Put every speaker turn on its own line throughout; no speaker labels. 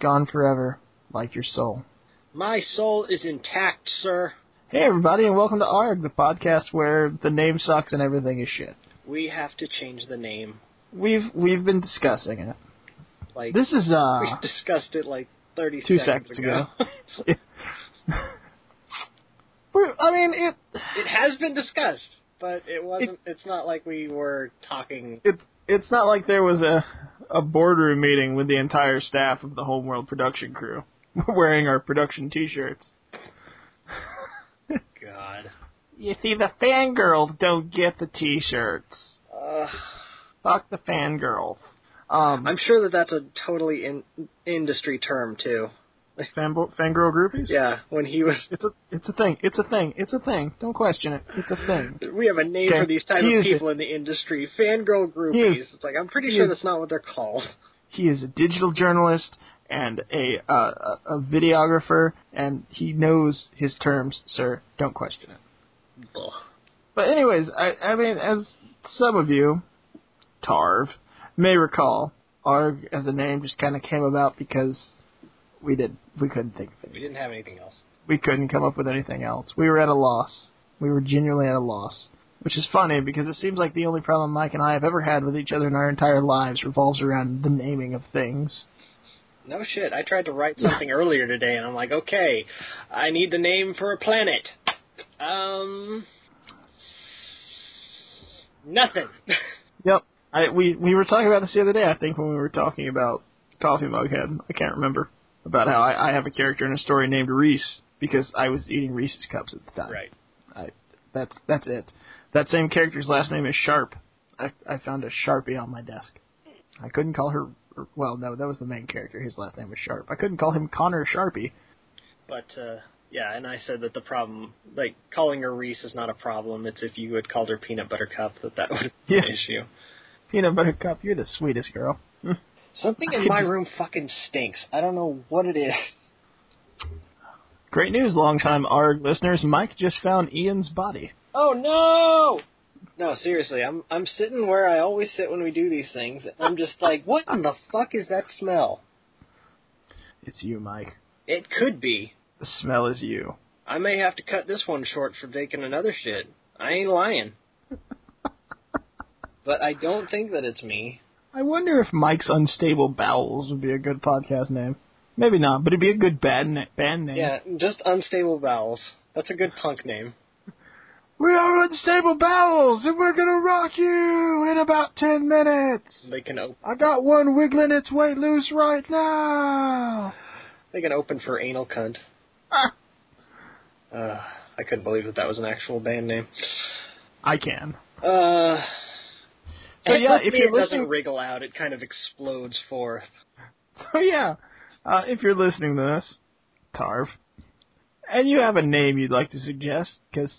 Gone forever, like your soul.
My soul is intact, sir.
Hey, everybody, and welcome to ARG, the podcast where the name sucks and everything is shit.
We have to change the name.
We've we've been discussing it.
Like
This is uh
we discussed it like thirty
Two
seconds,
seconds we're- I mean it
it has been discussed, but it wasn't. it's not like we were talking.
it it's not like there was a a boardroom meeting with the entire staff of the Homeworld production crew wearing our production T-shirts.
God.
You see, the fangirls don't get the T-shirts.
Uh,
Fuck the fangirls. Um,
I'm sure that that's a totally in, industry term too.
fanbo- fangirl groupies.
Yeah, when he was.
It's a it's a thing. It's a thing. It's a thing. Don't question it. It's a thing.
We have a name
Okay.
for these type
He
of
is-
people in the industry, fangirl groupies.
He is-
it's like I'm pretty
he
sure
is-
that's not what they're called.
He is a digital journalist and a uh, a, a videographer, and he knows his terms, sir. Don't question it.
Ugh.
But anyways, I, I mean, as some of you, Tarv, may recall, Arg as a name just kind of came about because we did we couldn't think of
We
it.
didn't have anything else.
We couldn't come up with anything else. We were at a loss. We were genuinely at a loss, which is funny because it seems like the only problem Mike and I have ever had with each other in our entire lives revolves around the naming of things.
No shit. I tried to write something earlier today, and I'm like, okay, I need the name for a planet. Um, nothing.
Yep. I we we were talking about this the other day. I think when we were talking about Coffee Mughead, I can't remember about how I, I have a character in a story named Reese because I was eating Reese's cups at the time.
right.
That's that's it. That same character's last name is Sharp. I I found a sharpie on my desk. I couldn't call her. Well, no, that was the main character. His last name was Sharp. I couldn't call him Connor Sharpie.
But uh, yeah, and I said that the problem, like calling her Reese, is not a problem. It's if you had called her Peanut Butter Cup that that would be an
Yeah.
issue.
Peanut butter cup, you're the sweetest girl.
Something in my room fucking stinks. I don't know what it is.
Great news, longtime ARG listeners. Mike just found Ian's body.
Oh no! No, seriously, I'm I'm sitting where I always sit when we do these things. I'm just like, what in the fuck is that smell?
It's you, Mike.
It could be.
The smell is you.
I may have to cut this one short for taking another shit. I ain't lying. but I don't think that it's me.
I wonder if Mike's Unstable Bowels would be a good podcast name. Maybe not, but it'd be a good band, na- band name.
Yeah, just unstable bowels. That's a good punk name.
We are Unstable Bowels, and we're gonna rock you in about ten minutes.
They can op-
I got one wiggling its way loose right now.
they can open for anal cunt.
Ah.
Uh, I couldn't believe that that was an actual band name.
I can.
Uh,
So
it
yeah,
doesn't-
if you're
it doesn't
listening,
wriggle out, it kind of explodes forth.
so Oh, yeah, uh, if you're listening to this, Tarv, and you have a name you'd like to suggest, because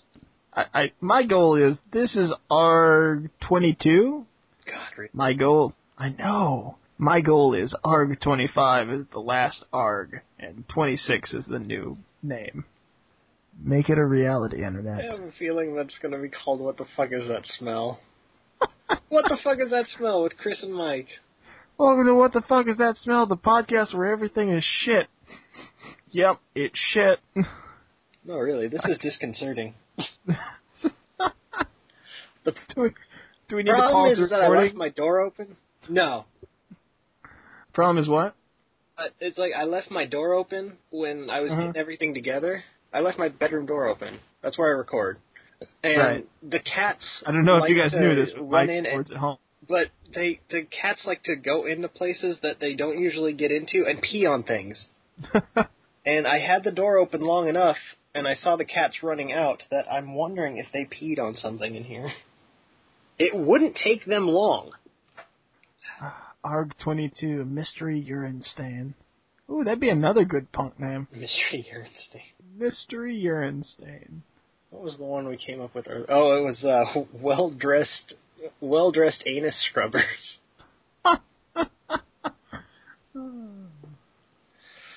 I, I my goal is this is R twenty two.
God, re-
My goal, I know. My goal is ARG 25 is the last ARG, and 26 is the new name. Make it a reality,
I
Internet.
have a feeling that's going to be called "What the fuck is that smell?" what the fuck is that smell with Chris and Mike?
Welcome to What the Fuck Is That Smell, the podcast where everything is shit. yep, it's shit.
No, really, this is disconcerting.
do, we, do we need to
Problem
pause
is,
the
that I left
recording?
my door open. No,
Problem is what?
Uh, it's like I left my door open when I was
Uh-huh.
getting everything together. I left my bedroom door open. That's where I record. And
Right.
the cats.
I don't know if
like
you guys
to
knew this, but
Run
Mike
in and,
records at home.
but they the cats like to go into places that they don't usually get into and pee on things. And I had the door open long enough, and I saw the cats running out. That I'm wondering if they peed on something in here. It wouldn't take them long.
ARG 22, Mystery Urine Stain. Ooh, that'd be another good punk name.
Mystery urine stain.
Mystery Urine Stain.
What was the one we came up with? earlier? Oh, it was uh, well dressed, well dressed anus scrubbers.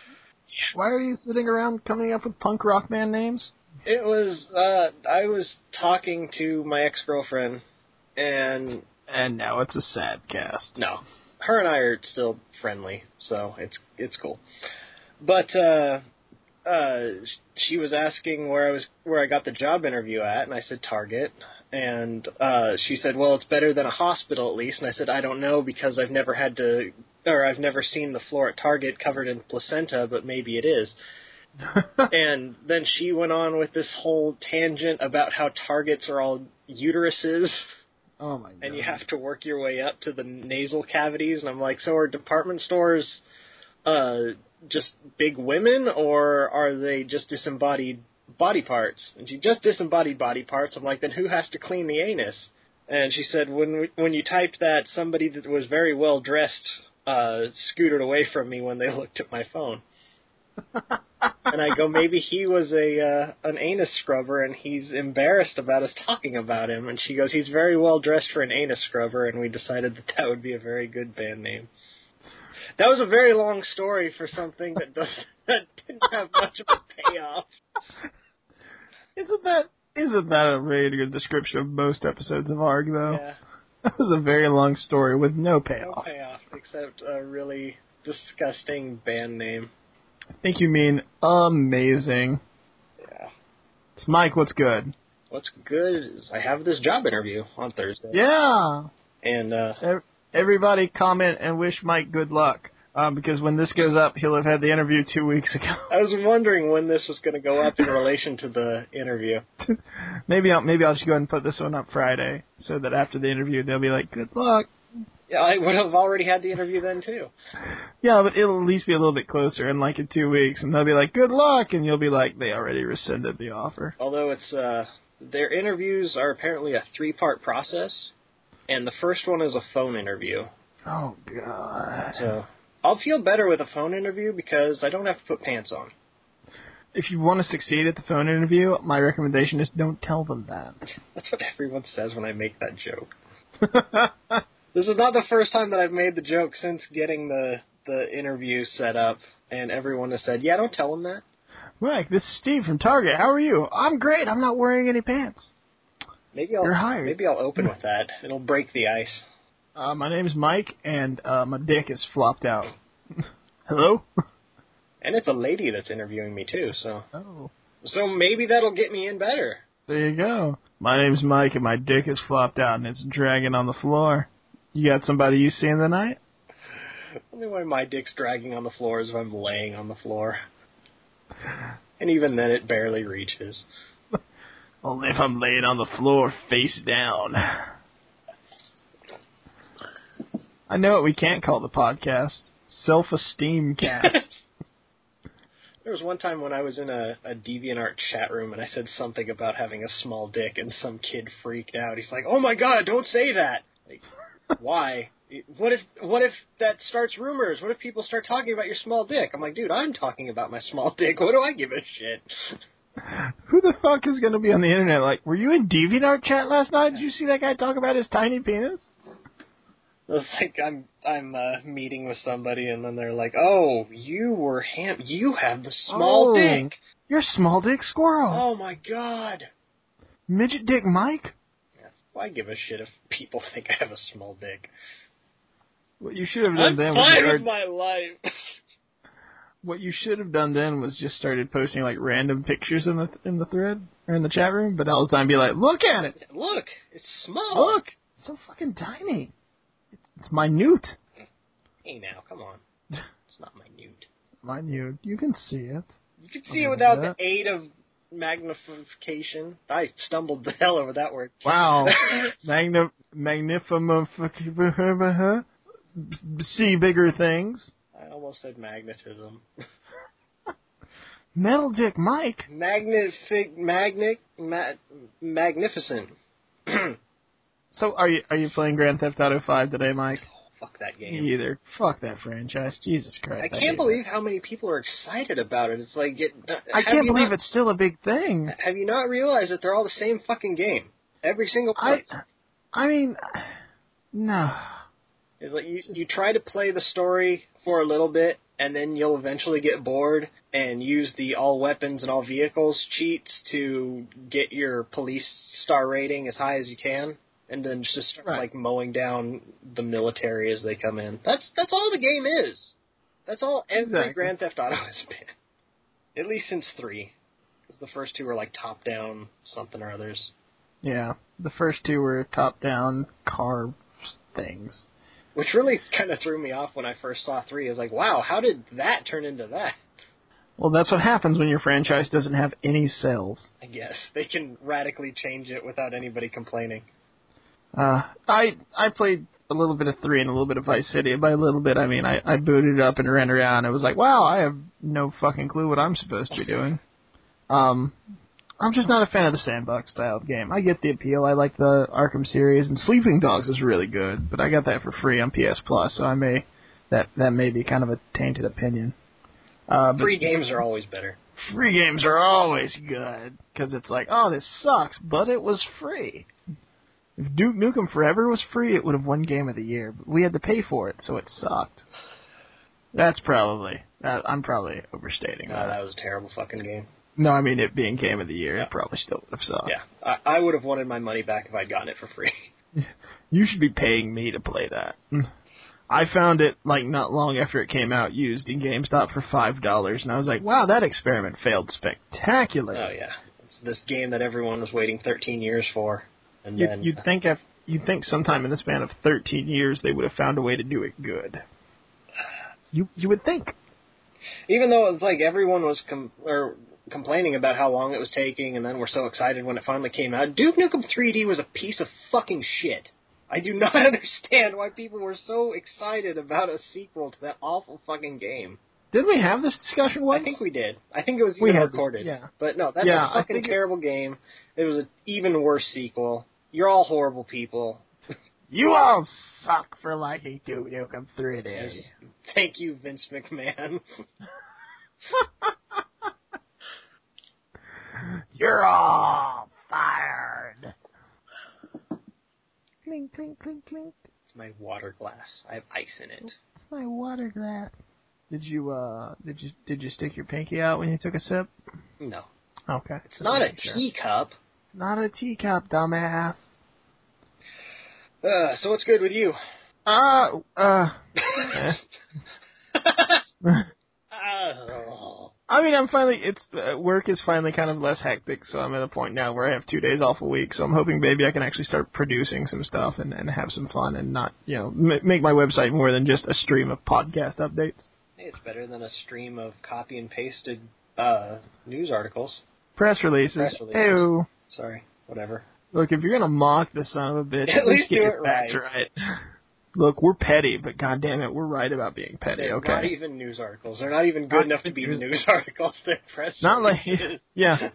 Hmm. Why are you sitting around coming up with punk rock band names?
It was. Uh, I was talking to my ex girlfriend, and
And now it's a sad cast.
no, her and I are still friendly, so it's it's cool. But uh, uh, she was asking where I was where I got the job interview at, and I said Target, and uh, she said, "Well, it's better than a hospital at least." And I said, "I don't know because I've never had to, or I've never seen the floor at Target covered in placenta, but maybe it is." and then she went on with this whole tangent about how targets are all uteruses
oh my god.
and you have to work your way up to the nasal cavities and I'm like, so are department stores uh just big women or are they just disembodied body parts? And she just disembodied body parts. I'm like, then who has to clean the anus? And she said when we, when you typed that somebody that was very well dressed uh scooted away from me when they looked at my phone. and I go, maybe he was a uh, an anus scrubber, and he's embarrassed about us talking about him. And she goes, he's very well dressed for an anus scrubber, and we decided that that would be a very good band name. That was a very long story for something that does that didn't have much of a payoff.
Isn't that isn't that a really good description of most episodes of ARG though?
Yeah,
That was a very long story with no
no
payoff.
payoff except a really disgusting band name.
I think you mean amazing.
Yeah.
It's Mike, what's good?
What's good is I have this job interview on Thursday,
Yeah.
and uh,
Everybody comment and wish Mike good luck. Um, because when this goes up, he'll have had the interview two weeks ago.
I was wondering when this was going to go up in relation to the interview.
maybe I'll maybe I'll just go ahead and put this one up Friday, so that after the interview they'll be like, "Good luck."
Yeah, I would have already had the interview then too.
Yeah, but it'll at least be a little bit closer in like in two weeks, and they'll be like, "Good luck," and you'll be like, "They already rescinded the offer."
Although it's uh their interviews are apparently a three part process and the first one is a phone interview.
Oh god!
So I'll feel better with a phone interview because I don't have to put pants on.
If you want to succeed at the phone interview, my recommendation is don't tell them
That's what everyone says when I make that joke.
that.
This is not the first time that I've made the joke since getting the the interview set up and everyone has said, "Yeah, don't tell them that."
Mike, this is Steve from Target. How are you? I'm great. I'm not wearing any pants.
Maybe I'll
You're hired.
maybe I'll open with that. It'll break the ice.
Uh, my name's Mike, and uh, my dick is flopped out. Hello?
And it's a lady that's interviewing me too, so
Oh,
so maybe that'll get me in better.
there you go. My name's Mike, and my dick is flopped out, and it's dragging on the floor. You got somebody you seeing tonight?
Only way my dick's dragging on the floor is if I'm laying on the floor. And even then, it barely reaches.
Only if I'm laying on the floor face down. I know what we can't call the podcast. Self-esteem cast.
There was one time when I was in a, a DeviantArt chat room and I said something about having a small dick, and some kid freaked out. He's like, "Oh my god, don't say that!" Like, why? What if what if that starts rumors? What if people start talking about your small dick? I'm like, dude, I'm talking about my small dick. What do I give a shit?
Who the fuck is going to be on the internet like, were you in DeviantArt chat last night? Did you see that guy talk about his tiny penis?
It's like I'm I'm uh, meeting with somebody, and then they're like, "Oh, you were ham. You have the small
Oh.
dick.
You're small dick squirrel.
Oh my god!
Midget dick Mike?
Well, I give a shit if people think I have a small dick.
What you should have done
I'm
then was
fine
start-
with my life.
what you should have done then was just started posting like random pictures in the in the thread or in the chat room, but all the time be like, look at it,
Look, it's small.
look, it's so fucking tiny, it's, it's minute,
Hey, now, come on. It's not minute.
minute. You can see it.
You can see
I'll
it
give
without
it
the
that.
aid of magnification. I stumbled the hell over that word.
Wow, magna magnifum huh? see bigger things.
I almost said magnetism.
Metal Dick Mike.
Magnific, magnic, ma- magnificent.
So are you are you playing Grand Theft Auto Five today, Mike?
Fuck that
Me
game.
either. Fuck that franchise. Jesus Christ.
I
hate it.
can't believe how many people are excited about it. It's like it,
I
have
can't
you
believe
not,
it's still a big thing.
Have you not realized that they're all the same fucking game? Every single
I,
one.
I mean, no.
It's like you, you try to play the story for a little bit, and then you'll eventually get bored and use the all weapons and all vehicles cheats to get your police star rating as high as you can. and then just start
Right.
like mowing down the military as they come in. That's that's all the game is. That's all every
Exactly.
Grand Theft Auto has been, at least since three, because the first two are like top down something or others.
Yeah, the first two were top-down car things.
Which really kind of threw me off when I first saw three. I was like, wow, how did that turn into that?
Well, that's what happens when your franchise doesn't have any sales.
I guess they can radically change it without anybody complaining.
Uh, I I played a little bit of three and a little bit of Vice City. By a little bit, I mean I, I booted it up and ran around. It was like, wow, I have no fucking clue what I'm supposed to be doing. Um, I'm just not a fan of the sandbox style of game. I get the appeal. I like the Arkham series, and Sleeping Dogs is really good, but I got that for free on PS Plus, so I may that that may be kind of a tainted opinion. Uh, but
Free games are always better.
free games are always good because it's like, oh, this sucks, but it was free. If Duke Nukem Forever was free, it would have won Game of the Year, but we had to pay for it, so it sucked. That's probably that, I'm probably overstating
No,
that.
that was a terrible fucking game.
No, I mean it being Game of the Year,
Yeah.
it probably still would have sucked.
Yeah, I, I would have wanted my money back if I'd gotten it for free.
You should be paying me to play that. I found it like not long after it came out, used in GameStop for five dollars, and I was like, wow, that experiment failed spectacularly.
Oh yeah, it's this game that everyone was waiting 13 years for, and
You'd,
then
you'd think if you'd think sometime in the span of 13 years they would have found a way to do it good. You you would think.
even though it was like everyone was com- or complaining about how long it was taking, and then we're so excited when it finally came out. Duke Nukem 3D was a piece of fucking shit. I do not understand why people were so excited about a sequel to that awful fucking game.
Didn't we have this discussion once?
I think we did. I think it was
We
even
had this-
recorded.
yeah.
But no, that's
Yeah,
a
I
fucking
think it-
terrible game. It was an even worse sequel. You're all horrible people.
you all suck for liking Duke Nukem 3D.
Yes. Thank you, Vince McMahon.
You're all fired. Clink clink clink clink.
It's my water glass. I have ice in it.
My water glass. Did you uh did you did you stick your pinky out when you took a sip?
No.
Okay.
It's not a
Sure.
teacup.
Not a teacup, dumbass.
Uh, so what's good with you?
Uh uh
Oh.
I mean, I'm finally. It's uh, work is finally kind of less hectic, so I'm at a point now where I have two days off a week. So I'm hoping, maybe I can actually start producing some stuff and and have some fun and not, you know, m- make my website more than just a stream of podcast updates.
Hey, it's better than a stream of copy and pasted uh, news articles.
Press releases.
Press releases.
Ew.
Sorry, whatever.
Look, if you're gonna mock the son of a bitch,
At least
get
do
your
it
facts right. Look, we're petty, but goddamn it, we're right about being petty.
They're
okay.
not even news articles. They're not even good
Not
enough to
even
be
news-
news articles. They're press
Not like-
releases.
yeah.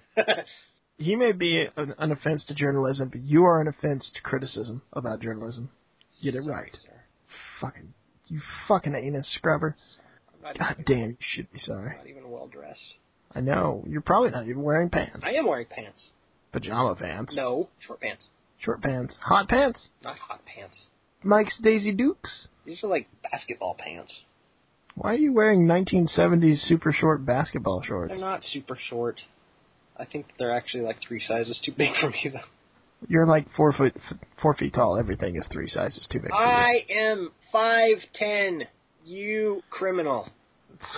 He may be an, an offense to journalism, but you are an offense to criticism about journalism. Get it
Sorry,
right.
sir.
Fucking, you fucking anus scrubber.
I'm not,
God
even,
damn, you should be sorry.
not even well dressed.
I know. You're probably not even wearing pants.
I am wearing pants.
Pajama pants.
No, short pants,
Short pants. Hot pants.
not hot pants.
Mike's Daisy Dukes.
These are like basketball pants.
Why are you wearing 1970s super short basketball shorts?
They're not super short. I think they're actually like three sizes too big for me though.
You're like four foot, f- four feet tall. Everything is three sizes too big. for you.
I am five ten. You criminal.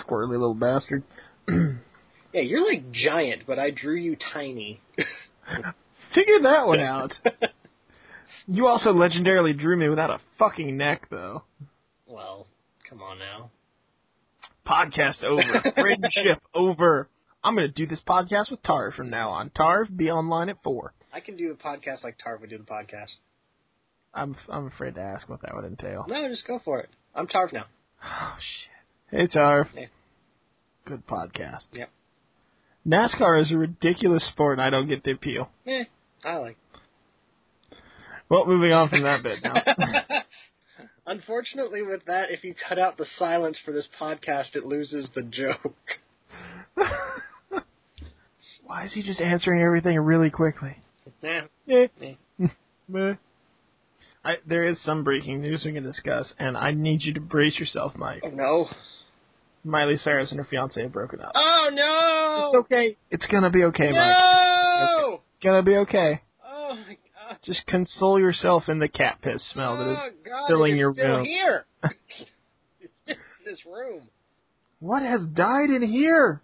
Squirrely little bastard.
Yeah, you're like giant, but I drew you tiny.
Figure that one out. you also legendarily drew me without a fucking neck, though.
well, come on now.
Podcast over. Friendship over. I'm going to do this podcast with Tarv from now on. Tarv, be online at 4.
I can do the podcast like Tarv would do the podcast.
I'm, I'm afraid to ask what that would entail.
No, just go for it. I'm Tarv now.
Oh, shit. Hey, Tarv.
Yeah.
Good podcast.
Yep.
NASCAR is a ridiculous sport, and I don't get the appeal.
Eh, I like.
Well, moving on from that bit now.
Unfortunately, with that, if you cut out the silence for this podcast, it loses the joke.
Why is he just answering everything really quickly?
Nah.
Eh.
Eh.
Meh. I, there is some breaking news we can discuss, and I need you to brace yourself, Mike.
Oh no.
Miley Cyrus and her fiance have broken up.
Oh no.
It's okay. It's gonna be okay, Mike.
No.
It's gonna be okay.
Oh my god.
Just console yourself in the cat piss smell that is
oh God,
filling
it is
your
still
room.
here. It's in this room.
What has died in here?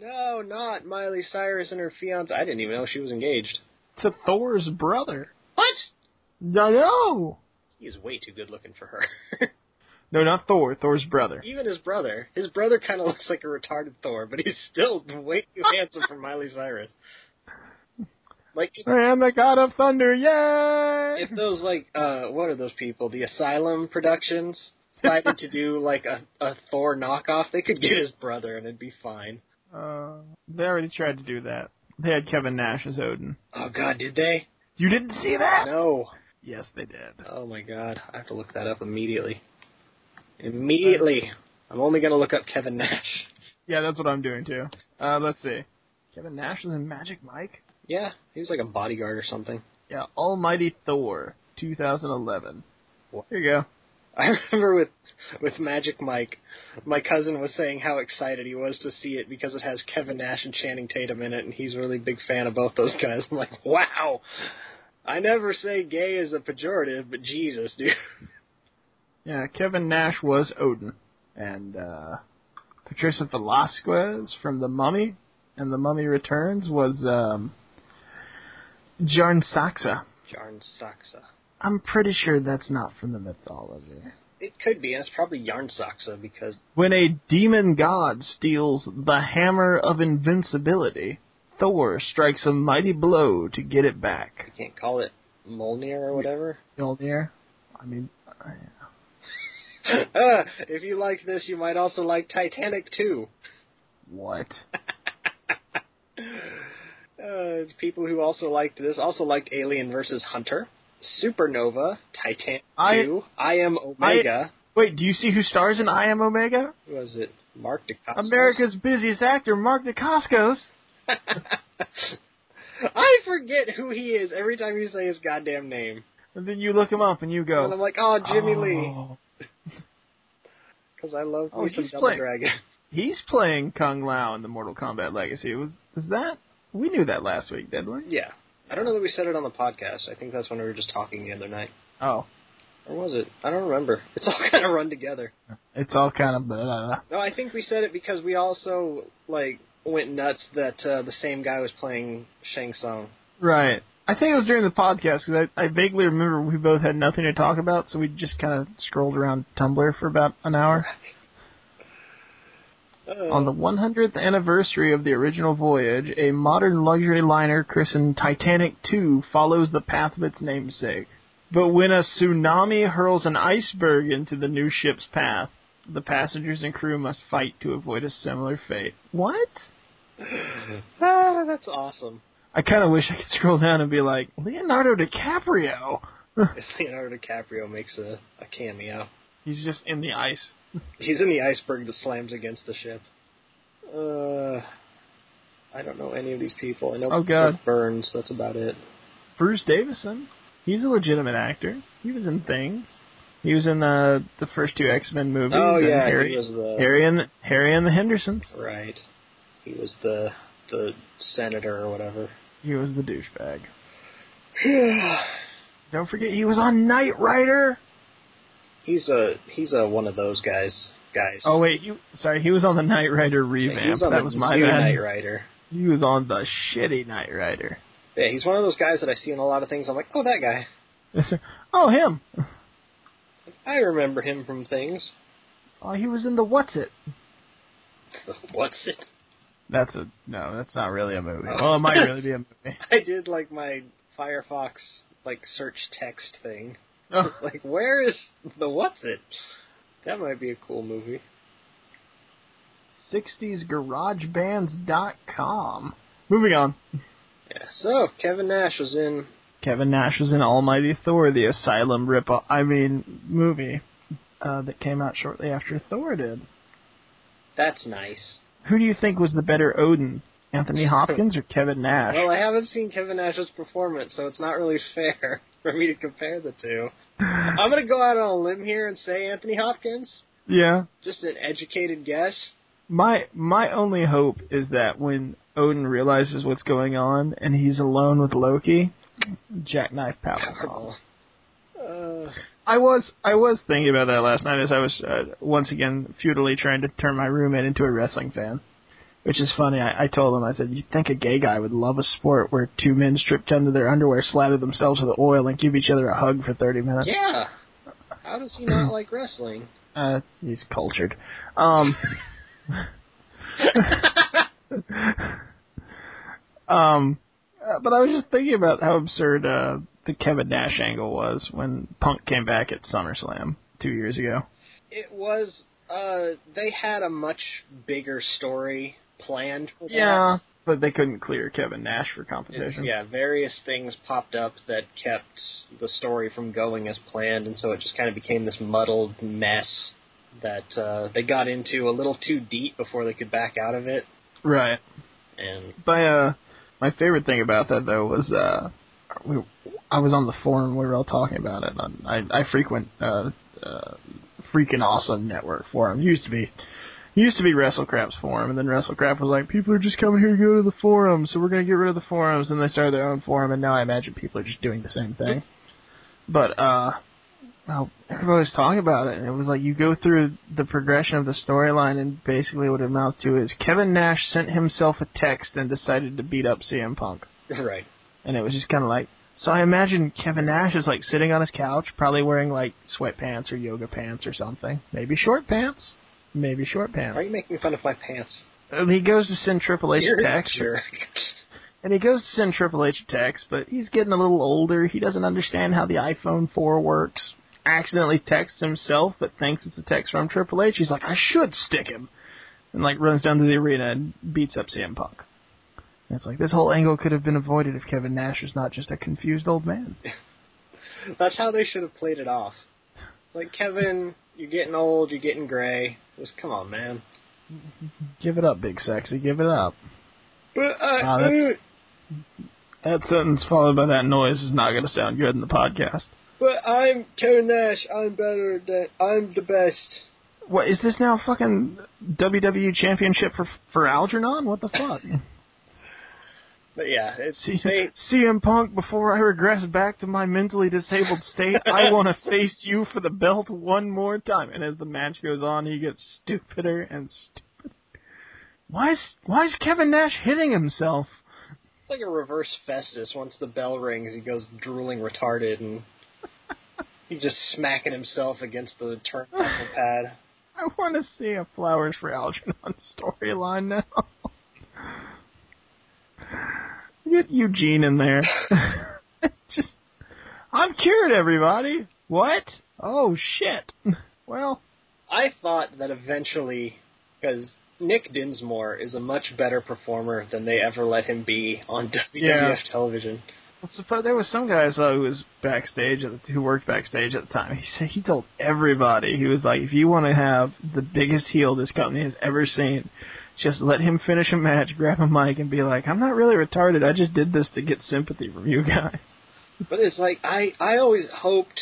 No, not Miley Cyrus and her fiance. I didn't even know she was engaged.
To Thor's brother.
What?
No, no,
He's way too good looking for her.
no, not Thor. Thor's brother.
Even his brother. His brother kind of looks like a retarded Thor, but he's still way too handsome for Miley Cyrus. Like if,
I am the god of thunder. Yay!
if those like uh what are those people? The Asylum Productions decided to do like a a Thor knockoff, they could get his brother and it'd be fine.
Uh, they already tried to do that. They had Kevin Nash as Odin.
Oh God, did they?
You didn't see that?
No.
Yes, they did.
Oh my God, I have to look that up immediately. Immediately. I'm only gonna look up Kevin Nash.
Yeah, that's what I'm doing too. Uh, let's see. Kevin Nash was in Magic Mike.
Yeah, he was like a bodyguard or something.
Yeah, Almighty Thor, 2011.
What?
There you go.
I remember with with Magic Mike, my cousin was saying how excited he was to see it because it has Kevin Nash and Channing Tatum in it, and he's a really big fan of both those guys. I'm like, wow. I never say gay is a pejorative, but Jesus, dude.
Yeah, Kevin Nash was Odin, and uh, Patricia Velasquez from The Mummy and The Mummy Returns was um, Jarn Saxa.
Jarn Saxa.
I'm pretty sure that's not from the mythology.
It could be, and it's probably Yarn Saxa because
When a demon god steals the hammer of invincibility, Thor strikes a mighty blow to get it back.
you can't call it Molnir or whatever.
Mjolnir? I mean, I-
uh, if you like this, you might also like Titanic too.
what?
Uh, people who also liked this also liked Alien versus Hunter, Supernova, Titan
I-
2, I, Am Omega.
Wait, do you see who stars in I Am Omega?
who was it? Mark DeCosta.
America's busiest actor, Mark DeCascos.
I forget who he is every time you say his goddamn name.
And then you look him up and you
And
go,
I'm like, oh, Jimmy
oh,
Lee. Because I love
Oh,
me some
he's
Double
playing-
Dragon.
He's playing Kung Lao in the Mortal Kombat Legacy. Was was that? We knew that last week, didn't we?
yeah. I don't know that we said it on the podcast. I think that's when we were just talking the other night.
Oh,
Or was it? I don't remember. It's all kind of run together.
it's all kind of blah, blah, blah.
No, I think we said it because we also like went nuts that uh, the same guy was playing Shang Tsung.
right. I think it was during the podcast because I, I vaguely remember we both had nothing to talk about, so we just kind of scrolled around Tumblr for about an hour. On the 100th anniversary of the original voyage, a modern luxury liner christened Titanic II follows the path of its namesake. But when a tsunami hurls an iceberg into the new ship's path, the passengers and crew must fight to avoid a similar fate. What?
ah, that's awesome.
I kind of wish I could scroll down and be like, Leonardo DiCaprio!
If Leonardo DiCaprio makes a, a cameo.
He's just in the ice.
He's in the iceberg that slams against the ship. Uh, I don't know any of these people. I know
Oh, God.
Brooke Burns. That's about it.
Bruce Davison. He's a legitimate actor. He was in things. He was in uh, the first two X Men movies.
Oh
and
yeah,
Harry,
he was the
Harry and Harry and the Hendersons.
right. He was the the senator or whatever.
He was the douchebag. Don't forget, he was on Knight Rider.
he's a he's a one of those guys. Guys.
Oh wait, he sorry, he was on the Knight Rider
Yeah,
revamp.
he was on
that
the
was my
new
bad.
Knight Rider.
He was on the shitty Knight Rider.
Yeah, he's one of those guys that I see in a lot of things. I'm like, oh, that guy.
oh him.
I remember him from things.
Oh, he was in the What's It.
What's it?
That's a no. That's not really a movie.
Oh.
Well, it might really be a movie.
I did like my Firefox like search text thing.
Oh,
Like, where is the what's it? That might be a cool movie.
60sgaragebands.com. Moving on.
Yeah. So Kevin Nash was in.
Kevin Nash was in Almighty Thor, the Asylum ripoff. I mean, movie uh, that came out shortly after Thor did.
That's nice.
Who do you think was the better Odin, Anthony Hopkins or Kevin Nash?
Well, I haven't seen Kevin Nash's performance, so it's not really fair for me to compare the two. I'm gonna go out on a limb here and say Anthony Hopkins.
yeah.
Just an educated guess.
My my only hope is that when Odin realizes what's going on and he's alone with Loki, jackknife power.
Powerball. Uh,
I was I was thinking about that last night as I was uh, once again futilely trying to turn my roommate into a wrestling fan, which is funny. I, I told him I said, "You'd think a gay guy would love a sport where two men stripped down to their underwear, slather themselves with oil, and give each other a hug for thirty minutes."
yeah. How does he not like wrestling?
Uh, he's cultured. Um, um, uh, but I was just thinking about how absurd uh, the Kevin Nash angle was when Punk came back at SummerSlam two years ago.
It was. Uh, they had a much bigger story planned for that.
but they couldn't clear Kevin Nash for
It's-
competition.
yeah, various things popped up that kept the story from going as planned, and so it just kind of became this muddled mess that uh, they got into a little too deep before they could back out of it.
Right.
And
But uh, my favorite thing about that though was uh, we, I was on the forum. We were all talking about it. and I, I frequent uh, uh, freaking awesome network forum. Used to be. Used to be WrestleCrap's forum, and then WrestleCrap was like, "People are just coming here to go to the forum, so we're gonna get rid of the forums." And they started their own forum, and now I imagine people are just doing the same thing. But uh, well, everybody was talking about it, and it was like you go through the progression of the storyline, and basically what it amounts to is Kevin Nash sent himself a text and decided to beat up CM Punk,
right,
and it was just kind of like. So I imagine Kevin Nash is like sitting on his couch, probably wearing like sweatpants or yoga pants or something, maybe short pants, maybe short
why are
pants.
you making fun of my pants?
And he goes to send Triple H
You're
a
a
text,
jerk.
and he goes to send Triple H a text, but he's getting a little older. He doesn't understand how the iPhone 4 works. Accidentally texts himself, but thinks it's a text from Triple H. He's like, I should stick him. And, like, runs down to the arena and beats up CM Punk. And it's like, this whole angle could have been avoided if Kevin Nash was not just a confused old man.
That's how they should have played it off. Like Kevin, you're getting old, you're getting gray. Just come on, man.
Give it up, Big Sexy. Give it up.
But uh,
Wow, that's- That sentence followed by that noise is not going to sound good in the podcast.
but I'm Kevin Nash. I'm better than I'm the best.
What is this now? Fucking WWE Championship for for Algernon? What the fuck?
But yeah, it's
C-
they
CM Punk, before I regress back to my mentally disabled state, I want to face you for the belt one more time. And as the match goes on, he gets stupider and stupider. Why is why is Kevin Nash hitting himself?
It's like a reverse Festus. Once the bell rings, he goes drooling retarded and he's just smacking himself against the turnbuckle pad.
I want to see a Flowers for Algernon storyline now. Get Eugene in there. Just, I'm cured, everybody. What? Oh shit. Well,
I thought that eventually, because Nick Dinsmore is a much better performer than they ever let him be on WWF
Yeah.
television.
Well, suppose there was some guy I saw who was backstage at the, who worked backstage at the time. He said he told everybody he was like, if you want to have the biggest heel this company has ever seen, just let him finish a match, grab a mic, and be like, I'm not really retarded. I just did this to get sympathy from you guys.
But it's like I I always hoped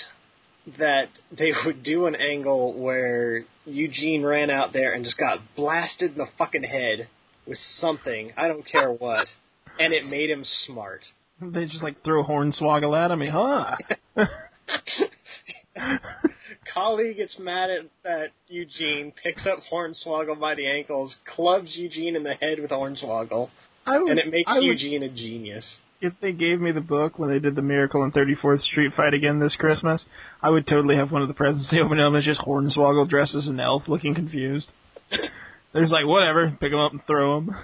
that they would do an angle where Eugene ran out there and just got blasted in the fucking head with something I don't care what, and it made him smart.
They just like throw hornswoggle at me, huh?
Kali gets mad at, at Eugene, picks up Hornswoggle by the ankles, clubs Eugene in the head with Hornswoggle,
I would,
and it makes
I would-
Eugene a genius.
if they gave me the book when they did the Miracle on 34th Street fight again this Christmas, I would totally have one of the presents they open up and it's just Hornswoggle dressed as an elf looking confused. They're just like, whatever, pick them up and throw them.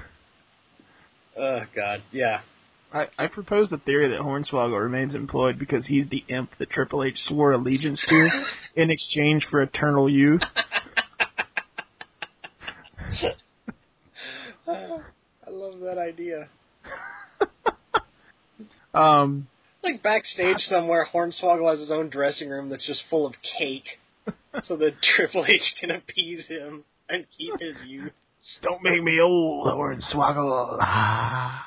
Oh, God. Yeah.
I, I proposed the theory that Hornswoggle remains employed because he's the imp that Triple H swore allegiance to in exchange for eternal youth.
I love that idea.
Um,
Like backstage somewhere, Hornswoggle has his own dressing room that's just full of cake, so that Triple H can appease him and keep his youth.
don't make me old, Hornswoggle. Ah.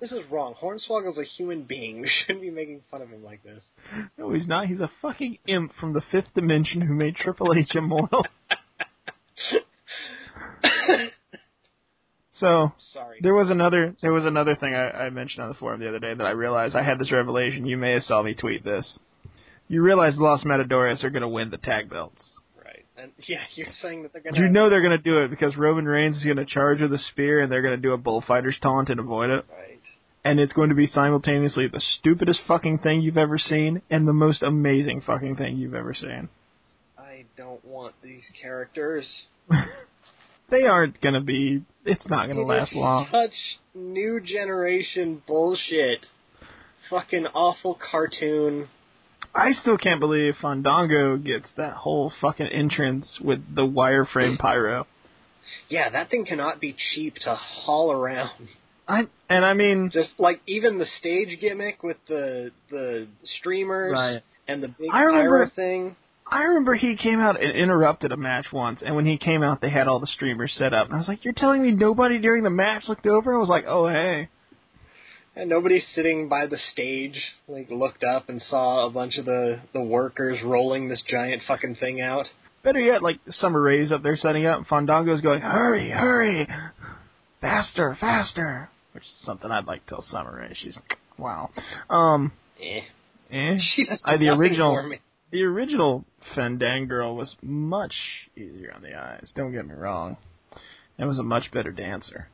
This is wrong. Hornswoggle's a human being. We shouldn't be making fun of him like this.
No, he's not. He's a fucking imp from the fifth dimension who made Triple H immortal. So
Sorry.
there was another there was another thing I, I mentioned on the forum the other day that I realized I had this revelation. You may have saw me tweet this. You realize the Los Matadores are going to win the tag belts.
Right. And yeah, you're saying that they're gonna.
You know they're going to do it because Roman Reigns is going to charge with a spear and they're going to do a bullfighter's taunt and avoid it.
Right.
And it's going to be simultaneously the stupidest fucking thing you've ever seen and the most amazing fucking thing you've ever seen.
I don't want these characters.
They aren't going to be. It's not going to
It
last
is
long.
Such new generation bullshit. Fucking awful cartoon.
I still can't believe Fandango gets that whole fucking entrance with the wireframe pyro.
Yeah, that thing cannot be cheap to haul around.
I and I mean,
Just like even the stage gimmick with the the streamers
Right.
and the big
I remember-
pyro thing.
I remember he came out and interrupted a match once, and when he came out, they had all the streamers set up, and I was like, "You're telling me nobody during the match looked over?" I was like, "Oh hey,
And nobody sitting by the stage like looked up and saw a bunch of the the workers rolling this giant fucking thing out.
better yet, like Summer Rae's up there setting up, and Fandango's going, "Hurry, hurry, faster, faster," which is something I'd like to tell Summer Rae. She's wow, um,
Eh.
eh.
She does
Uh, the
nothing
original-
for me.
the original Fandango girl was much easier on the eyes. Don't get me wrong, and was a much better dancer.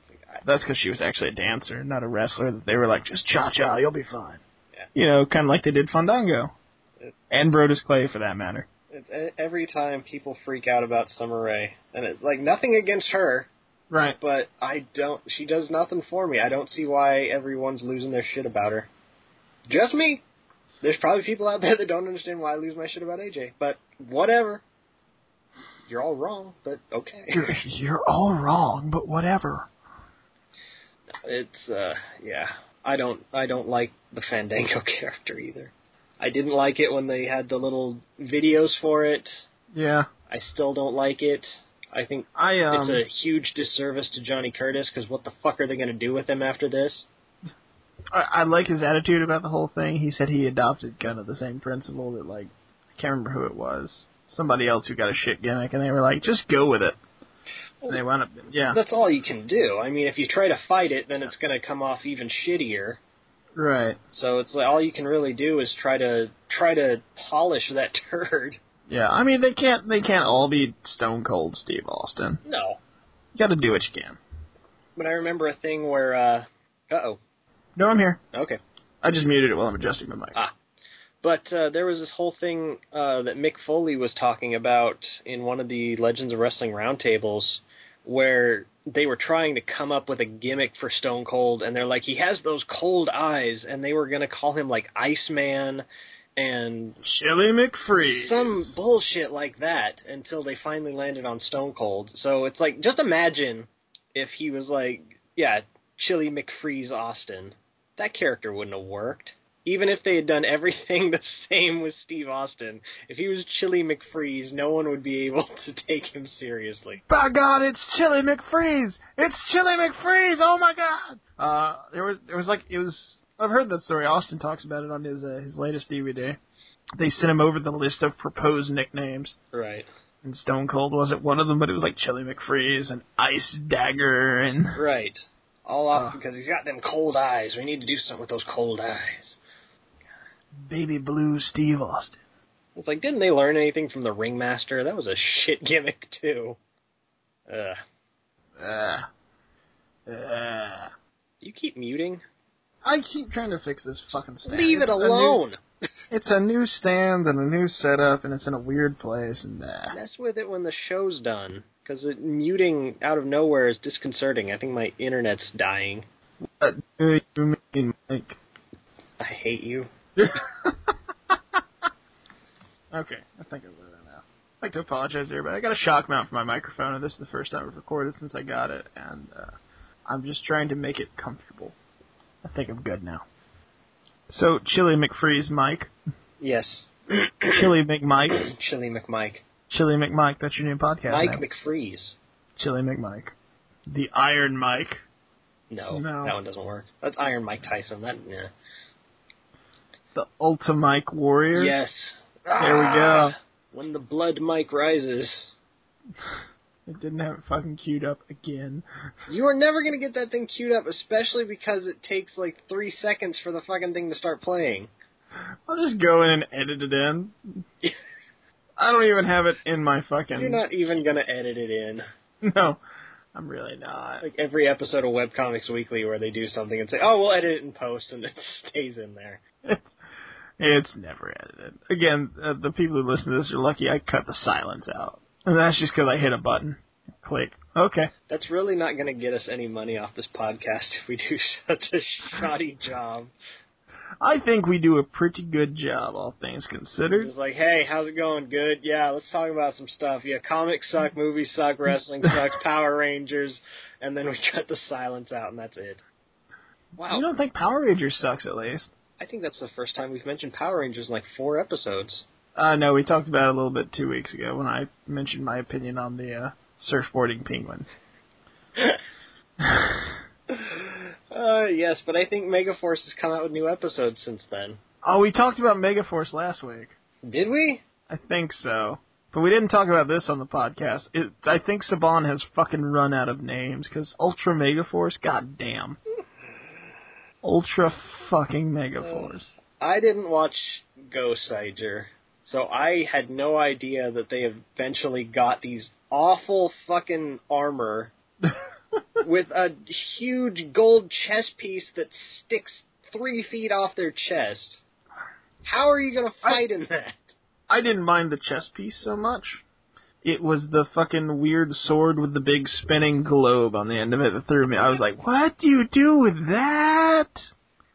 That's because she was actually a dancer, not a wrestler. That they were like, just cha cha, you'll be fine.
Yeah.
You know, kind of like they did Fandango, and Brodus Clay for that matter.
It's, e- every time people freak out about Summer Rae, and it's like nothing against her,
Right.
but I don't. She does nothing for me. I don't see why everyone's losing their shit about her. Just me. There's probably people out there that don't understand why I lose my shit about AJ, but whatever. You're all wrong, but okay.
You're, you're all wrong, but whatever.
It's uh, yeah. I don't. I don't like the Fandango character either. I didn't like it when they had the little videos for it.
Yeah.
I still don't like it. I think
I um.
it's a huge disservice to Johnny Curtis because what the fuck are they going to do with him after this?
I, I like his attitude about the whole thing. He said he adopted kind of the same principle that like I can't remember who it was, somebody else who got a shit gimmick, and they were like, just go with it. And they wound up, yeah,
That's all you can do. I mean, if you try to fight it, then it's going to come off even shittier.
right,
So it's like all you can really do is try to try to polish that turd.
yeah. I mean, they can't they can't all be Stone Cold Steve Austin.
No,
You got to do what you can.
but I remember a thing where uh oh
No, I'm here.
okay,
I just muted it while I'm adjusting the mic.
Ah. but uh, there was this whole thing uh, that Mick Foley was talking about in one of the Legends of Wrestling roundtables where they were trying to come up with a gimmick for Stone Cold, and they're like, he has those cold eyes, and they were going to call him like Iceman and
Chili McFree.
some bullshit like that until they finally landed on Stone Cold. So it's like, just imagine if he was like, yeah, Chili McFreeze Austin. That character wouldn't have worked. Even if they had done everything the same with Steve Austin, if he was Chili McFreeze, no one would be able to take him seriously.
By God, it's Chili McFreeze! It's Chili McFreeze! Oh my God! Uh, there was there was like it was. I've heard that story. Austin talks about it on his uh, his latest DVD. They sent him over the list of proposed nicknames,
Right.
and Stone Cold wasn't one of them, but it was like Chili McFreeze and Ice Dagger and
Right. All off because he's got them cold eyes. We need to do something with those cold eyes.
Baby Blue Steve Austin.
It's like, didn't they learn anything from the Ringmaster? That was a shit gimmick, too. Ugh.
Uh, uh,
You keep muting.
I keep trying to fix this fucking stand.
Leave it
It's a new-
alone.
it's a new stand and a new setup, and it's in a weird place. And uh,
Mess with it when the show's done, because muting out of nowhere is disconcerting. I think my internet's dying.
what do you mean, Mike?
I hate you.
okay, I think I will now. I'd like to apologize to everybody. I got a shock mount for my microphone, and this is the first time I've recorded since I got it, and uh, I'm just trying to make it comfortable. I think I'm good now. So, Chili McFreeze Mike.
Yes,
Chili McMike.
Chili McMike,
Chili McMike, that's your new podcast.
Mike
name.
McFreeze.
Chili McMike. The Iron Mike.
No,
No.
that one doesn't work. That's Iron Mike Tyson. That yeah.
The Ultimate Mike Warrior.
yes. Ah,
There we go.
When the blood Mike rises.
It didn't have it fucking queued up again.
You are never gonna get that thing queued up, especially because it takes like three seconds for the fucking thing to start playing.
I'll just go in and edit it in. I don't even have it in my fucking.
You're not even gonna edit it in.
No, I'm really not.
Like every episode of Webcomics Weekly where they do something and say, "Oh, we'll edit it in post," and it stays in there.
It's, it's never edited. Again, uh, the people who listen to this are lucky I cut the silence out. And that's just because I hit a button. Click. Okay.
That's really not gonna get us any money off this podcast if we do such a shoddy job.
I think we do a pretty good job, all things considered.
It's like, hey, how's it going? Good. Yeah, let's talk about some stuff. Yeah, comics suck, movies suck, wrestling sucks, Power Rangers, and then we cut the silence out, and that's it. Wow,
You don't think Power Rangers sucks, at least?
I think that's the first time we've mentioned Power Rangers in like four episodes.
Uh, no, we talked about it a little bit two weeks ago when I mentioned my opinion on the uh, surfboarding penguin.
Uh, yes, but I think Megaforce has come out with new episodes since then.
Oh, we talked about Megaforce last week.
Did we?
I think so. But we didn't talk about this on the podcast. It, I think Saban has fucking run out of names because Ultra Megaforce, goddamn. Ultra fucking Megaforce.
I didn't watch Ghost Sider, so I had no idea that they eventually got these awful fucking armor with a huge gold chest piece that sticks three feet off their chest. How are you gonna fight in that?
I didn't mind the chess piece so much. It was the fucking weird sword with the big spinning globe on the end of it that threw me. I was like, what do you do with that?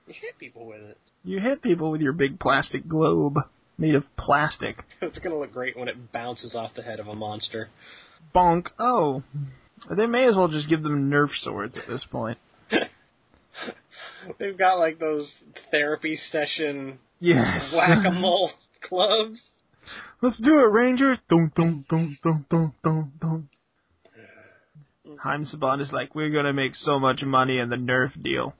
You hit people with it.
You hit people with your big plastic globe made of plastic.
It's gonna look great when it bounces off the head of a monster.
Bonk. Oh. They may as well just give them Nerf swords at this point.
They've got like those therapy session
Yes.
whack a mole clubs.
Let's do it, Rangers. Dun, dun, dun, dun, dun, dun, dun. Haim Saban is like, we're gonna make so much money in the Nerf deal.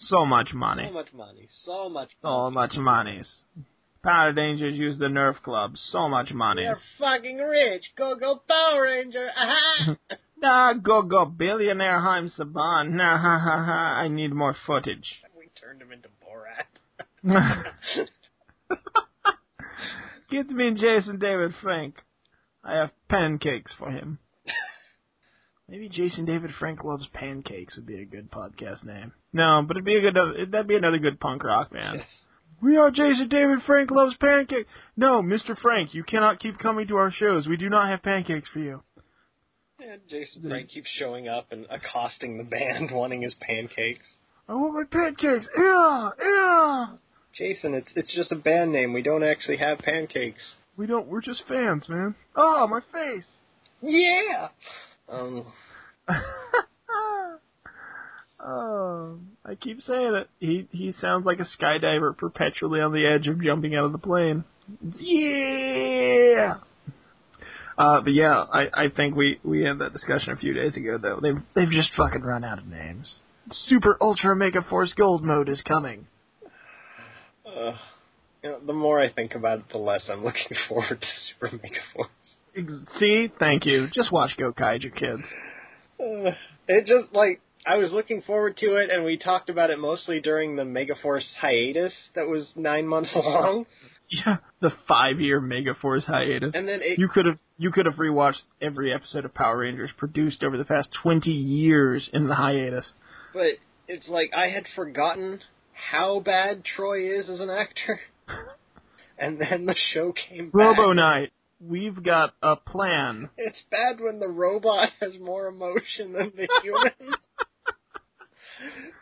So much
So
money. Oh,
much money. So much money.
So much monies. Power Rangers use the Nerf club. So much monies.
They're fucking rich. Go go Power Ranger. Aha!
Nah, go go billionaire Haim Saban. Nah, ha ha ha. I need more footage.
we turned him into Borat.
Get me Jason David Frank. I have pancakes for him. Maybe Jason David Frank loves pancakes would be a good podcast name. No, but it'd be a good that'd be another good punk rock band. We are Jason David Frank loves pancakes. No, Mr. Frank, you cannot keep coming to our shows. We do not have pancakes for you.
And Jason Frank keeps showing up and accosting the band, wanting his pancakes.
I want my pancakes. Yeah, yeah.
Jason, it's it's just a band name. We don't actually have pancakes.
We don't. We're just fans, man. Oh, my face.
Yeah. Um.
Oh, I keep saying it. He he sounds like a skydiver perpetually on the edge of jumping out of the plane. Yeah. Uh, but yeah, I, I think we, we had that discussion a few days ago though. They've they've just fucking run out of names. Super Ultra Mega Force Gold mode is coming.
Uh, you know, the more I think about it, the less I'm looking forward to Super Mega Force.
Ex- See, thank you. Just watch Go Kaiju kids.
Uh, it just like I was looking forward to it, and we talked about it mostly during the Megaforce hiatus that was nine months long,
Yeah, the five year Mega Force hiatus.
and then it
You could have you could have rewatched every episode of Power Rangers produced over the past twenty years in the hiatus.
but it's like I had forgotten how bad Troy is as an actor, and then the show came back.
Robo Knight, we've got a plan.
It's bad when the robot has more emotion than the human.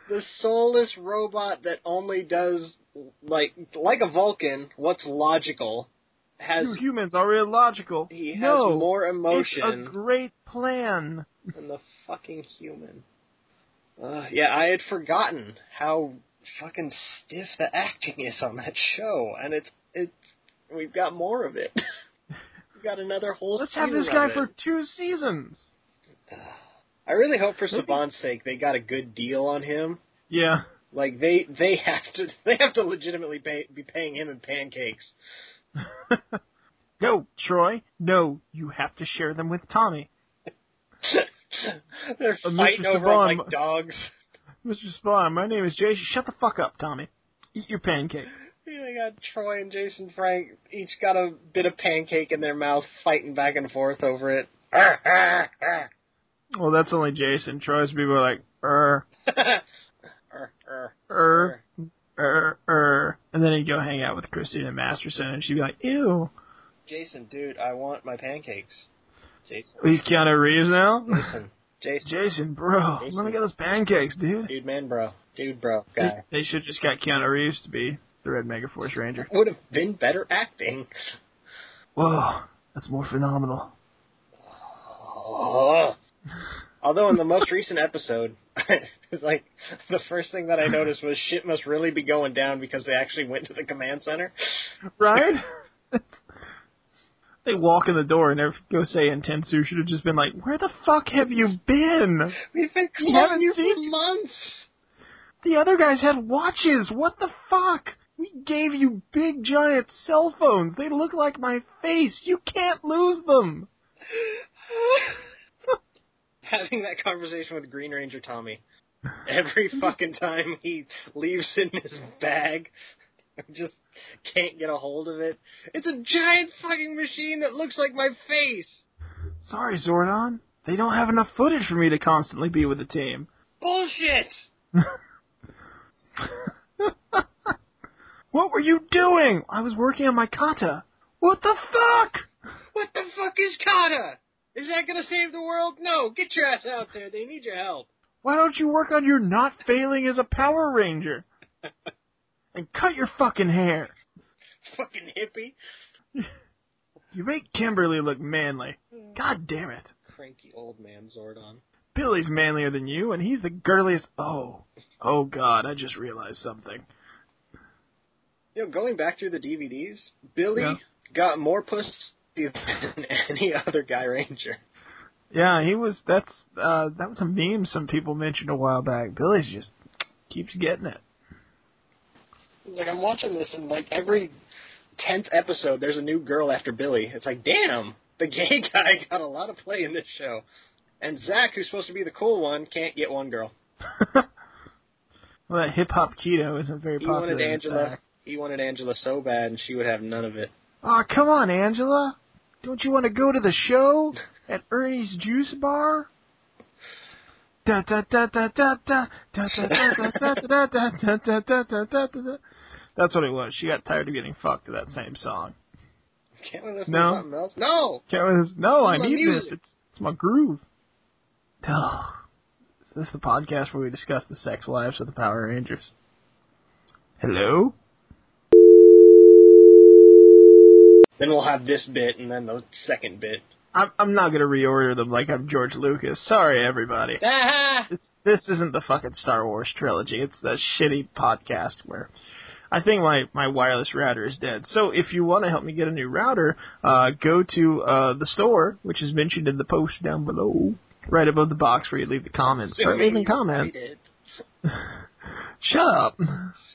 the soulless robot that only does like like a Vulcan, what's logical, has
you humans are illogical.
he has
no,
more
It's a
emotion
great plan.
than the fucking human. Uh, yeah, I had forgotten how fucking stiff the acting is on that show, and it's it's we've got more of it. we've got another whole.
Let's have
season
this guy
of it.
for two seasons.
I really hope for
Maybe-
Saban's sake they got a good deal on him.
Yeah.
Like they they have to they have to legitimately pay, be paying him in pancakes.
no, Troy. No, you have to share them with Tommy.
They're
Uh, Mr.
fighting over 'em
Saban-
like dogs.
Mr. Spawn, my name is Jason. Shut the fuck up, Tommy. Eat your pancakes.
Yeah, They got Troy and Jason Frank each got a bit of pancake in their mouth, fighting back and forth over it. Arr, arr, arr.
Well, that's only Jason. Troy's people are like, er,
Arr, arr.
er, er, er. And then he'd go hang out with Christina Masterson, and she'd be like, ew.
Jason, dude, I want my pancakes. Jason,
He's Keanu Reeves now?
Jason, Jason,
Jason, bro. Let me get those pancakes, dude.
dude, man, bro, dude, bro,
They,
guy.
they should just got Keanu Reeves to be the Red Megaforce Ranger.
Would have been better acting.
Whoa, that's more phenomenal.
Ugh. Although in the most recent episode, it's like the first thing that I noticed was shit must really be going down because they actually went to the command center.
Right? they walk in the door and every- go say, and Tensu should have just been like, where the fuck have you been?
We've been
You haven't
closing you for
seen-
months.
The other guys had watches. What the fuck? We gave you big giant cell phones. They look like my face. You can't lose them.
Having that conversation with Green Ranger Tommy every fucking time he leaves in his bag, I just can't get a hold of it. It's a giant fucking machine that looks like my face.
Sorry, Zordon. They don't have enough footage for me to constantly be with the team.
Bullshit.
What were you doing? I was working on my kata. What the fuck?
What the fuck is Kata? Is that gonna save the world? No, get your ass out there. They need your help.
Why don't you work on your not failing as a Power Ranger? And cut your fucking hair.
Fucking hippie.
You make Kimberly look manly. God damn it.
Cranky old man Zordon.
Billy's manlier than you, and he's the girliest. Oh. Oh, God, I just realized something.
You know, going back through the DVDs, Billy
Yeah.
got more pussy than any other Guy Ranger.
Yeah, he was. That's uh, that was a meme some people mentioned a while back. Billy's just keeps getting it.
Like I'm watching this, and like every tenth episode, there's a new girl after Billy. It's like, damn, the gay guy got a lot of play in this show. And Zach, who's supposed to be the cool one, can't get one girl.
Well, that hip hop keto isn't very
He
popular.
wanted
in
Angela.
Sac.
He wanted Angela so bad, and she would have none of it.
Aw, come on, Angela. Don't you want to go to the show at Ernie's Juice Bar? Da da da da da da da da da da da da da da da da da da da da. That's what it was. She got tired of getting fucked to that same song.
Can't we listen
No.
to something else? No.
Can't this. No, I
It's my
need
music.
this. It's it's my groove. Oh, is this the podcast where we discuss the sex lives of the Power Rangers? Hello.
Then we'll have this bit, and then the second bit.
I'm I'm not gonna reorder them like I'm George Lucas. Sorry, everybody.
Ah!
This this isn't the fucking Star Wars trilogy. It's the shitty podcast where I think my my wireless router is dead. So if you want to help me get a new router, uh, go to uh, the store, which is mentioned in the post down below, right above the box where you leave the comments. Start leaving comments. Shut up.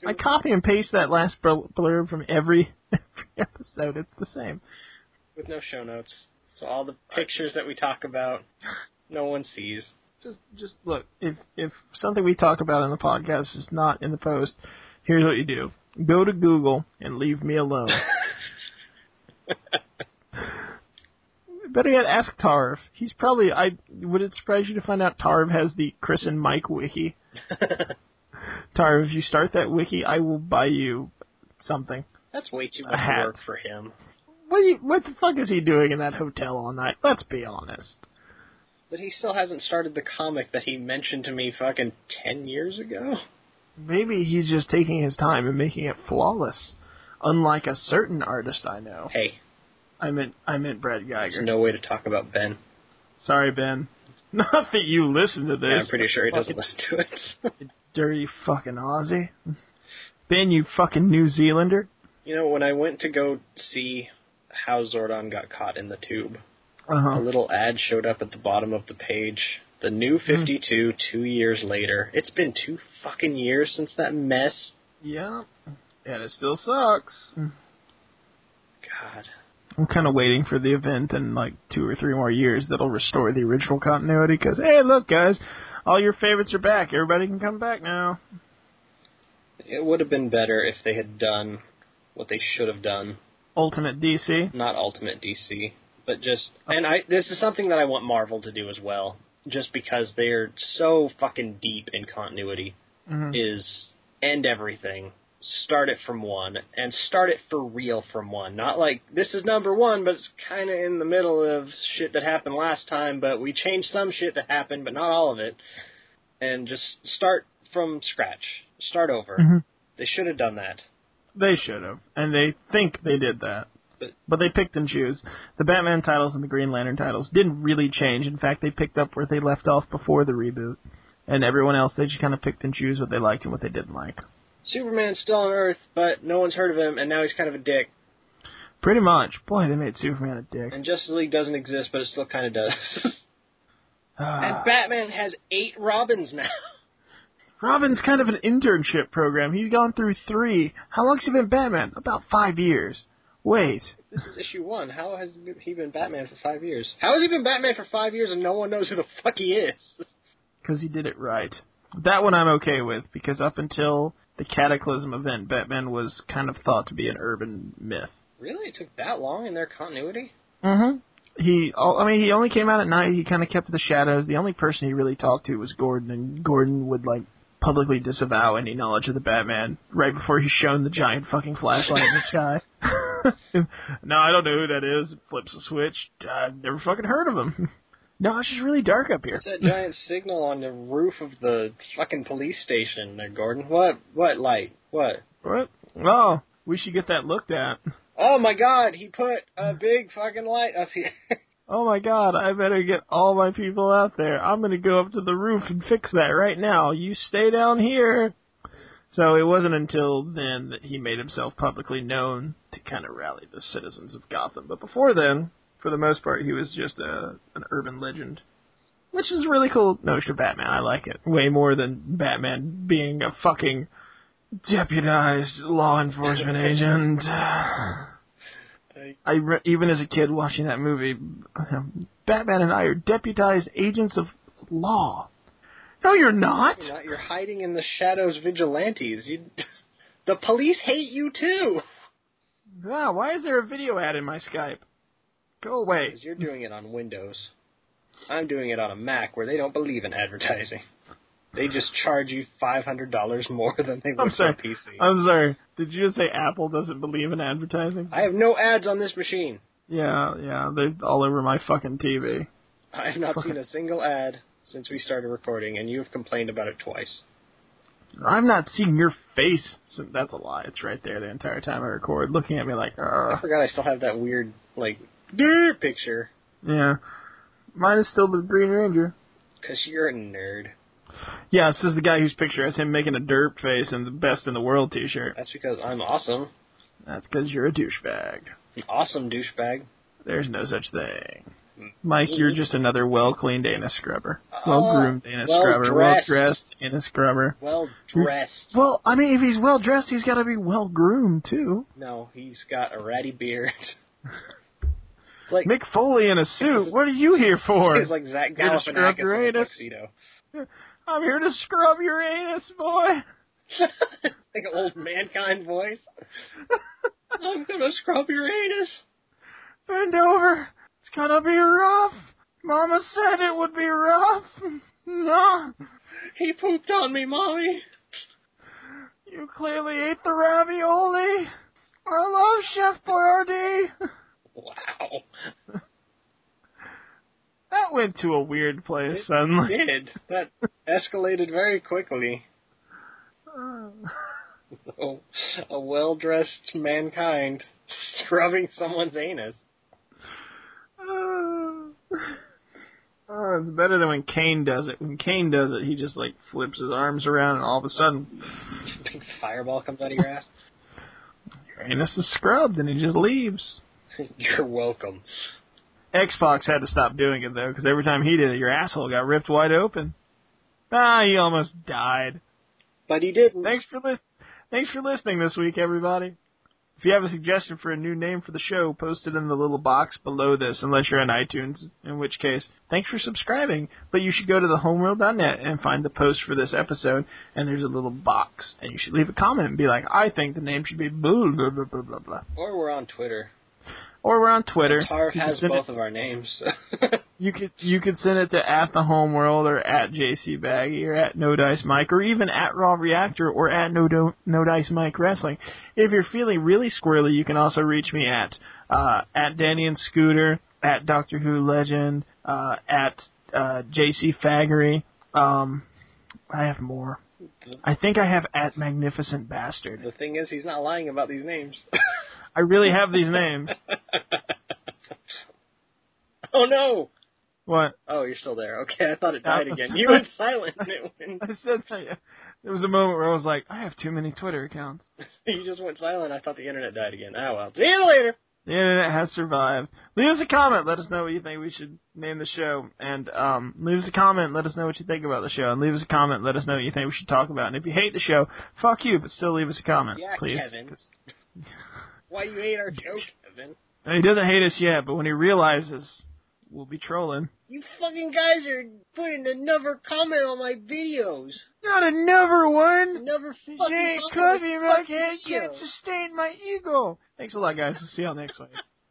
I copy and paste that last bl- blurb from every, every episode. It's the same.
with no show notes. So all the pictures that we talk about, no one sees.
Just just look, if if something we talk about in the podcast is not in the post, here's what you do. Go to Google and leave me alone. Better yet, ask Tarv. He's probably. I would it surprise you to find out Tarv has the Chris and Mike wiki. Tarv, if you start that wiki, I will buy you something.
That's way too
A
much
hat.
work for him.
What do you, what the fuck is he doing in that hotel all night? Let's be honest.
But he still hasn't started the comic that he mentioned to me fucking ten years ago.
Maybe he's just taking his time and making it flawless, unlike a certain artist I know.
Hey,
I meant I meant Brad
there's
Geiger.
no way to talk about Ben.
Sorry, Ben. Not that you listen to this.
Yeah, I'm pretty sure he doesn't
Fucking
listen to it.
Dirty fucking Aussie. Ben, you fucking New Zealander.
you know, when I went to go see how Zordon got caught in the tube, a
Uh
little ad showed up at the bottom of the page. The new
Hmm.
52, two years later. It's been two fucking years since that mess.
Yeah. And it still sucks.
God.
I'm kind of waiting for the event in like two or three more years that'll restore the original continuity. Because hey, look, guys, all your favorites are back. Everybody can come back now.
It would have been better if they had done what they should have done.
Ultimate DC.
Not Ultimate DC, but just and I this is something that I want Marvel to do as well, just because they're so fucking deep in continuity
Mhm.
is end everything. Start it from one and start it for real from one. Not like this is number one, but it's kind of in the middle of shit that happened last time, but we changed some shit that happened, but not all of it. And just start from scratch. Start over.
Mhm.
They should have done that.
They should have, and they think they did that,
But-
but they picked and choose. The Batman titles and the Green Lantern titles didn't really change. In fact, they picked up where they left off before the reboot, and everyone else they just kind of picked and choose what they liked and what they didn't like.
Superman's still on Earth, but no one's heard of him, and now he's kind of a dick.
Pretty much, boy, they made Superman a dick.
And Justice League doesn't exist, but it still kind of does.
Ah.
and Batman has eight Robins now.
Robin's kind of an internship program. He's gone through three. How long's he been Batman? About five years. Wait.
this is issue one. How has he been Batman for five years? How has he been Batman for five years and no one knows who the fuck he is?
Because he did it right. That one I'm okay with, because up until the Cataclysm event, Batman was kind of thought to be an urban myth.
Really? It took that long in their continuity?
Mm-hmm. He, oh, I mean, he only came out at night. He kind of kept to the shadows. The only person he really talked to was Gordon, and Gordon would, like, publicly disavow any knowledge of the Batman right before he's shown the giant fucking flashlight in the sky. no, I don't know who that is. Flips a switch. I've never fucking heard of him. No, it's just really dark up here.
It's that giant signal on the roof of the fucking police station there, Gordon. What? What light? What?
What? Oh, we should get that looked at.
Oh my god, he put a big fucking light up here.
Oh my god, I better get all my people out there. I'm gonna go up to the roof and fix that right now. You stay down here. So it wasn't until then that he made himself publicly known to kind of rally the citizens of Gotham. But before then, for the most part, he was just a an urban legend. Which is a really cool notion of Batman. I like it. Way more than Batman being a fucking deputized law enforcement agent. I re- even as a kid watching that movie, um, Batman and I are deputized agents of law. No, you're not.
You're not. You're hiding in the shadows, vigilantes. You, the police hate you too.
Wow, why is there a video ad in my Skype? Go away.
Because you're doing it on Windows. I'm doing it on a Mac, where they don't believe in advertising. They just charge you five hundred dollars more than they
I'm
would for
sorry.
a PC.
I'm sorry. Did you just say Apple doesn't believe in advertising?
I have no ads on this machine.
Yeah, yeah, they're all over my fucking TV.
I have not seen a single ad since we started recording, and you have complained about it twice.
I've not seen your face. Since, that's a lie. It's right there the entire time I record, looking at me like,
I
Ugh.
forgot I still have that weird like "Grr" picture
yeah. Mine is still the Green Ranger.
because you're a nerd.
Yeah, this is the guy whose picture has him making a derp face and the best in the world T-shirt.
That's because I'm awesome,
That's because you're a douchebag.
an awesome douchebag.
There's no such
Hmm.
thing. Mike, you're just another well-cleaned anus scrubber. Well-groomed anus
Uh, well-dressed.
scrubber. Well-dressed anus scrubber.
Well
Hmm.
dressed.
Well, I mean, if he's well-dressed, he's got to be well-groomed, too.
No, he's got a ratty beard. like
Mick Foley in a suit. What are you here for?
he's like Zach
You're just
Galifianakis in a
Gregorianus.
tuxedo,
I'm here to scrub your anus, boy.
like an old mankind voice. I'm gonna scrub your anus.
Bend over. It's gonna be rough. Mama said it would be rough. No.
He pooped on me, mommy.
You clearly ate the ravioli. I love Chef Boyardee.
Wow,
That went to a weird place suddenly.
did that escalated very quickly. Oh, a well dressed mankind scrubbing someone's anus.
Oh, it's better than when Kane does it. When Kane does it, he just like flips his arms around, and all of a sudden,
Big fireball comes out of your ass.
your anus is scrubbed, and he just leaves.
You're welcome.
Xbox had to stop doing it though, because every time he did it, your asshole got ripped wide open. Ah, you almost died.
But he didn't.
Thanks for li- thanks for listening this week, everybody. If you have a suggestion for a new name for the show, post it in the little box below this, unless you're on iTunes, in which case, thanks for subscribing. But you should go to thehomeworld.net and find the post for this episode, and there's a little box. And you should leave a comment and be like, I think the name should be blah, blah, blah, blah, blah, blah.
Or we're on Twitter.
Or we're on Twitter.
Tarv
You can
has
send it-
both of our names.
You could you could send it to at the home world or at JC Baggy or at No Dice Mike or even at Raw Reactor or at No Do- No Dice Mike Wrestling. If you're feeling really squirrely, you can also reach me at uh, at Danny and Scooter at Doctor Who Legend uh, at uh, JC Faggery. Um, I have more. I think I have at Magnificent Bastard.
the thing is, he's not lying about these names.
I really have these names.
oh no!
What
Oh, you're still there. Okay, I thought it died
Oh,
again.
sorry.
You went silent. and It went,
I said? There was a moment where I was like, I have too many Twitter accounts.
you just went silent. I thought the internet died again. Oh well. See you later.
The internet has survived. Leave us a comment. Let us know what you think we should name the show. And um, leave us a comment. Let us know what you think about the show. And leave us a comment. Let us know what you think we should talk about. And if you hate the show, fuck you, but still leave us a comment,
Yeah,
please.
Kevin. Why you hate our joke, Kevin?
And he doesn't hate us yet, but when he realizes, we'll be trolling.
You fucking guys are putting another comment on my videos.
Not another one.
Another fucking
Jay
comment on my
Covey, I
fucking
can't, can't
videos.
sustain my ego. Thanks a lot, guys. We'll see y'all next week.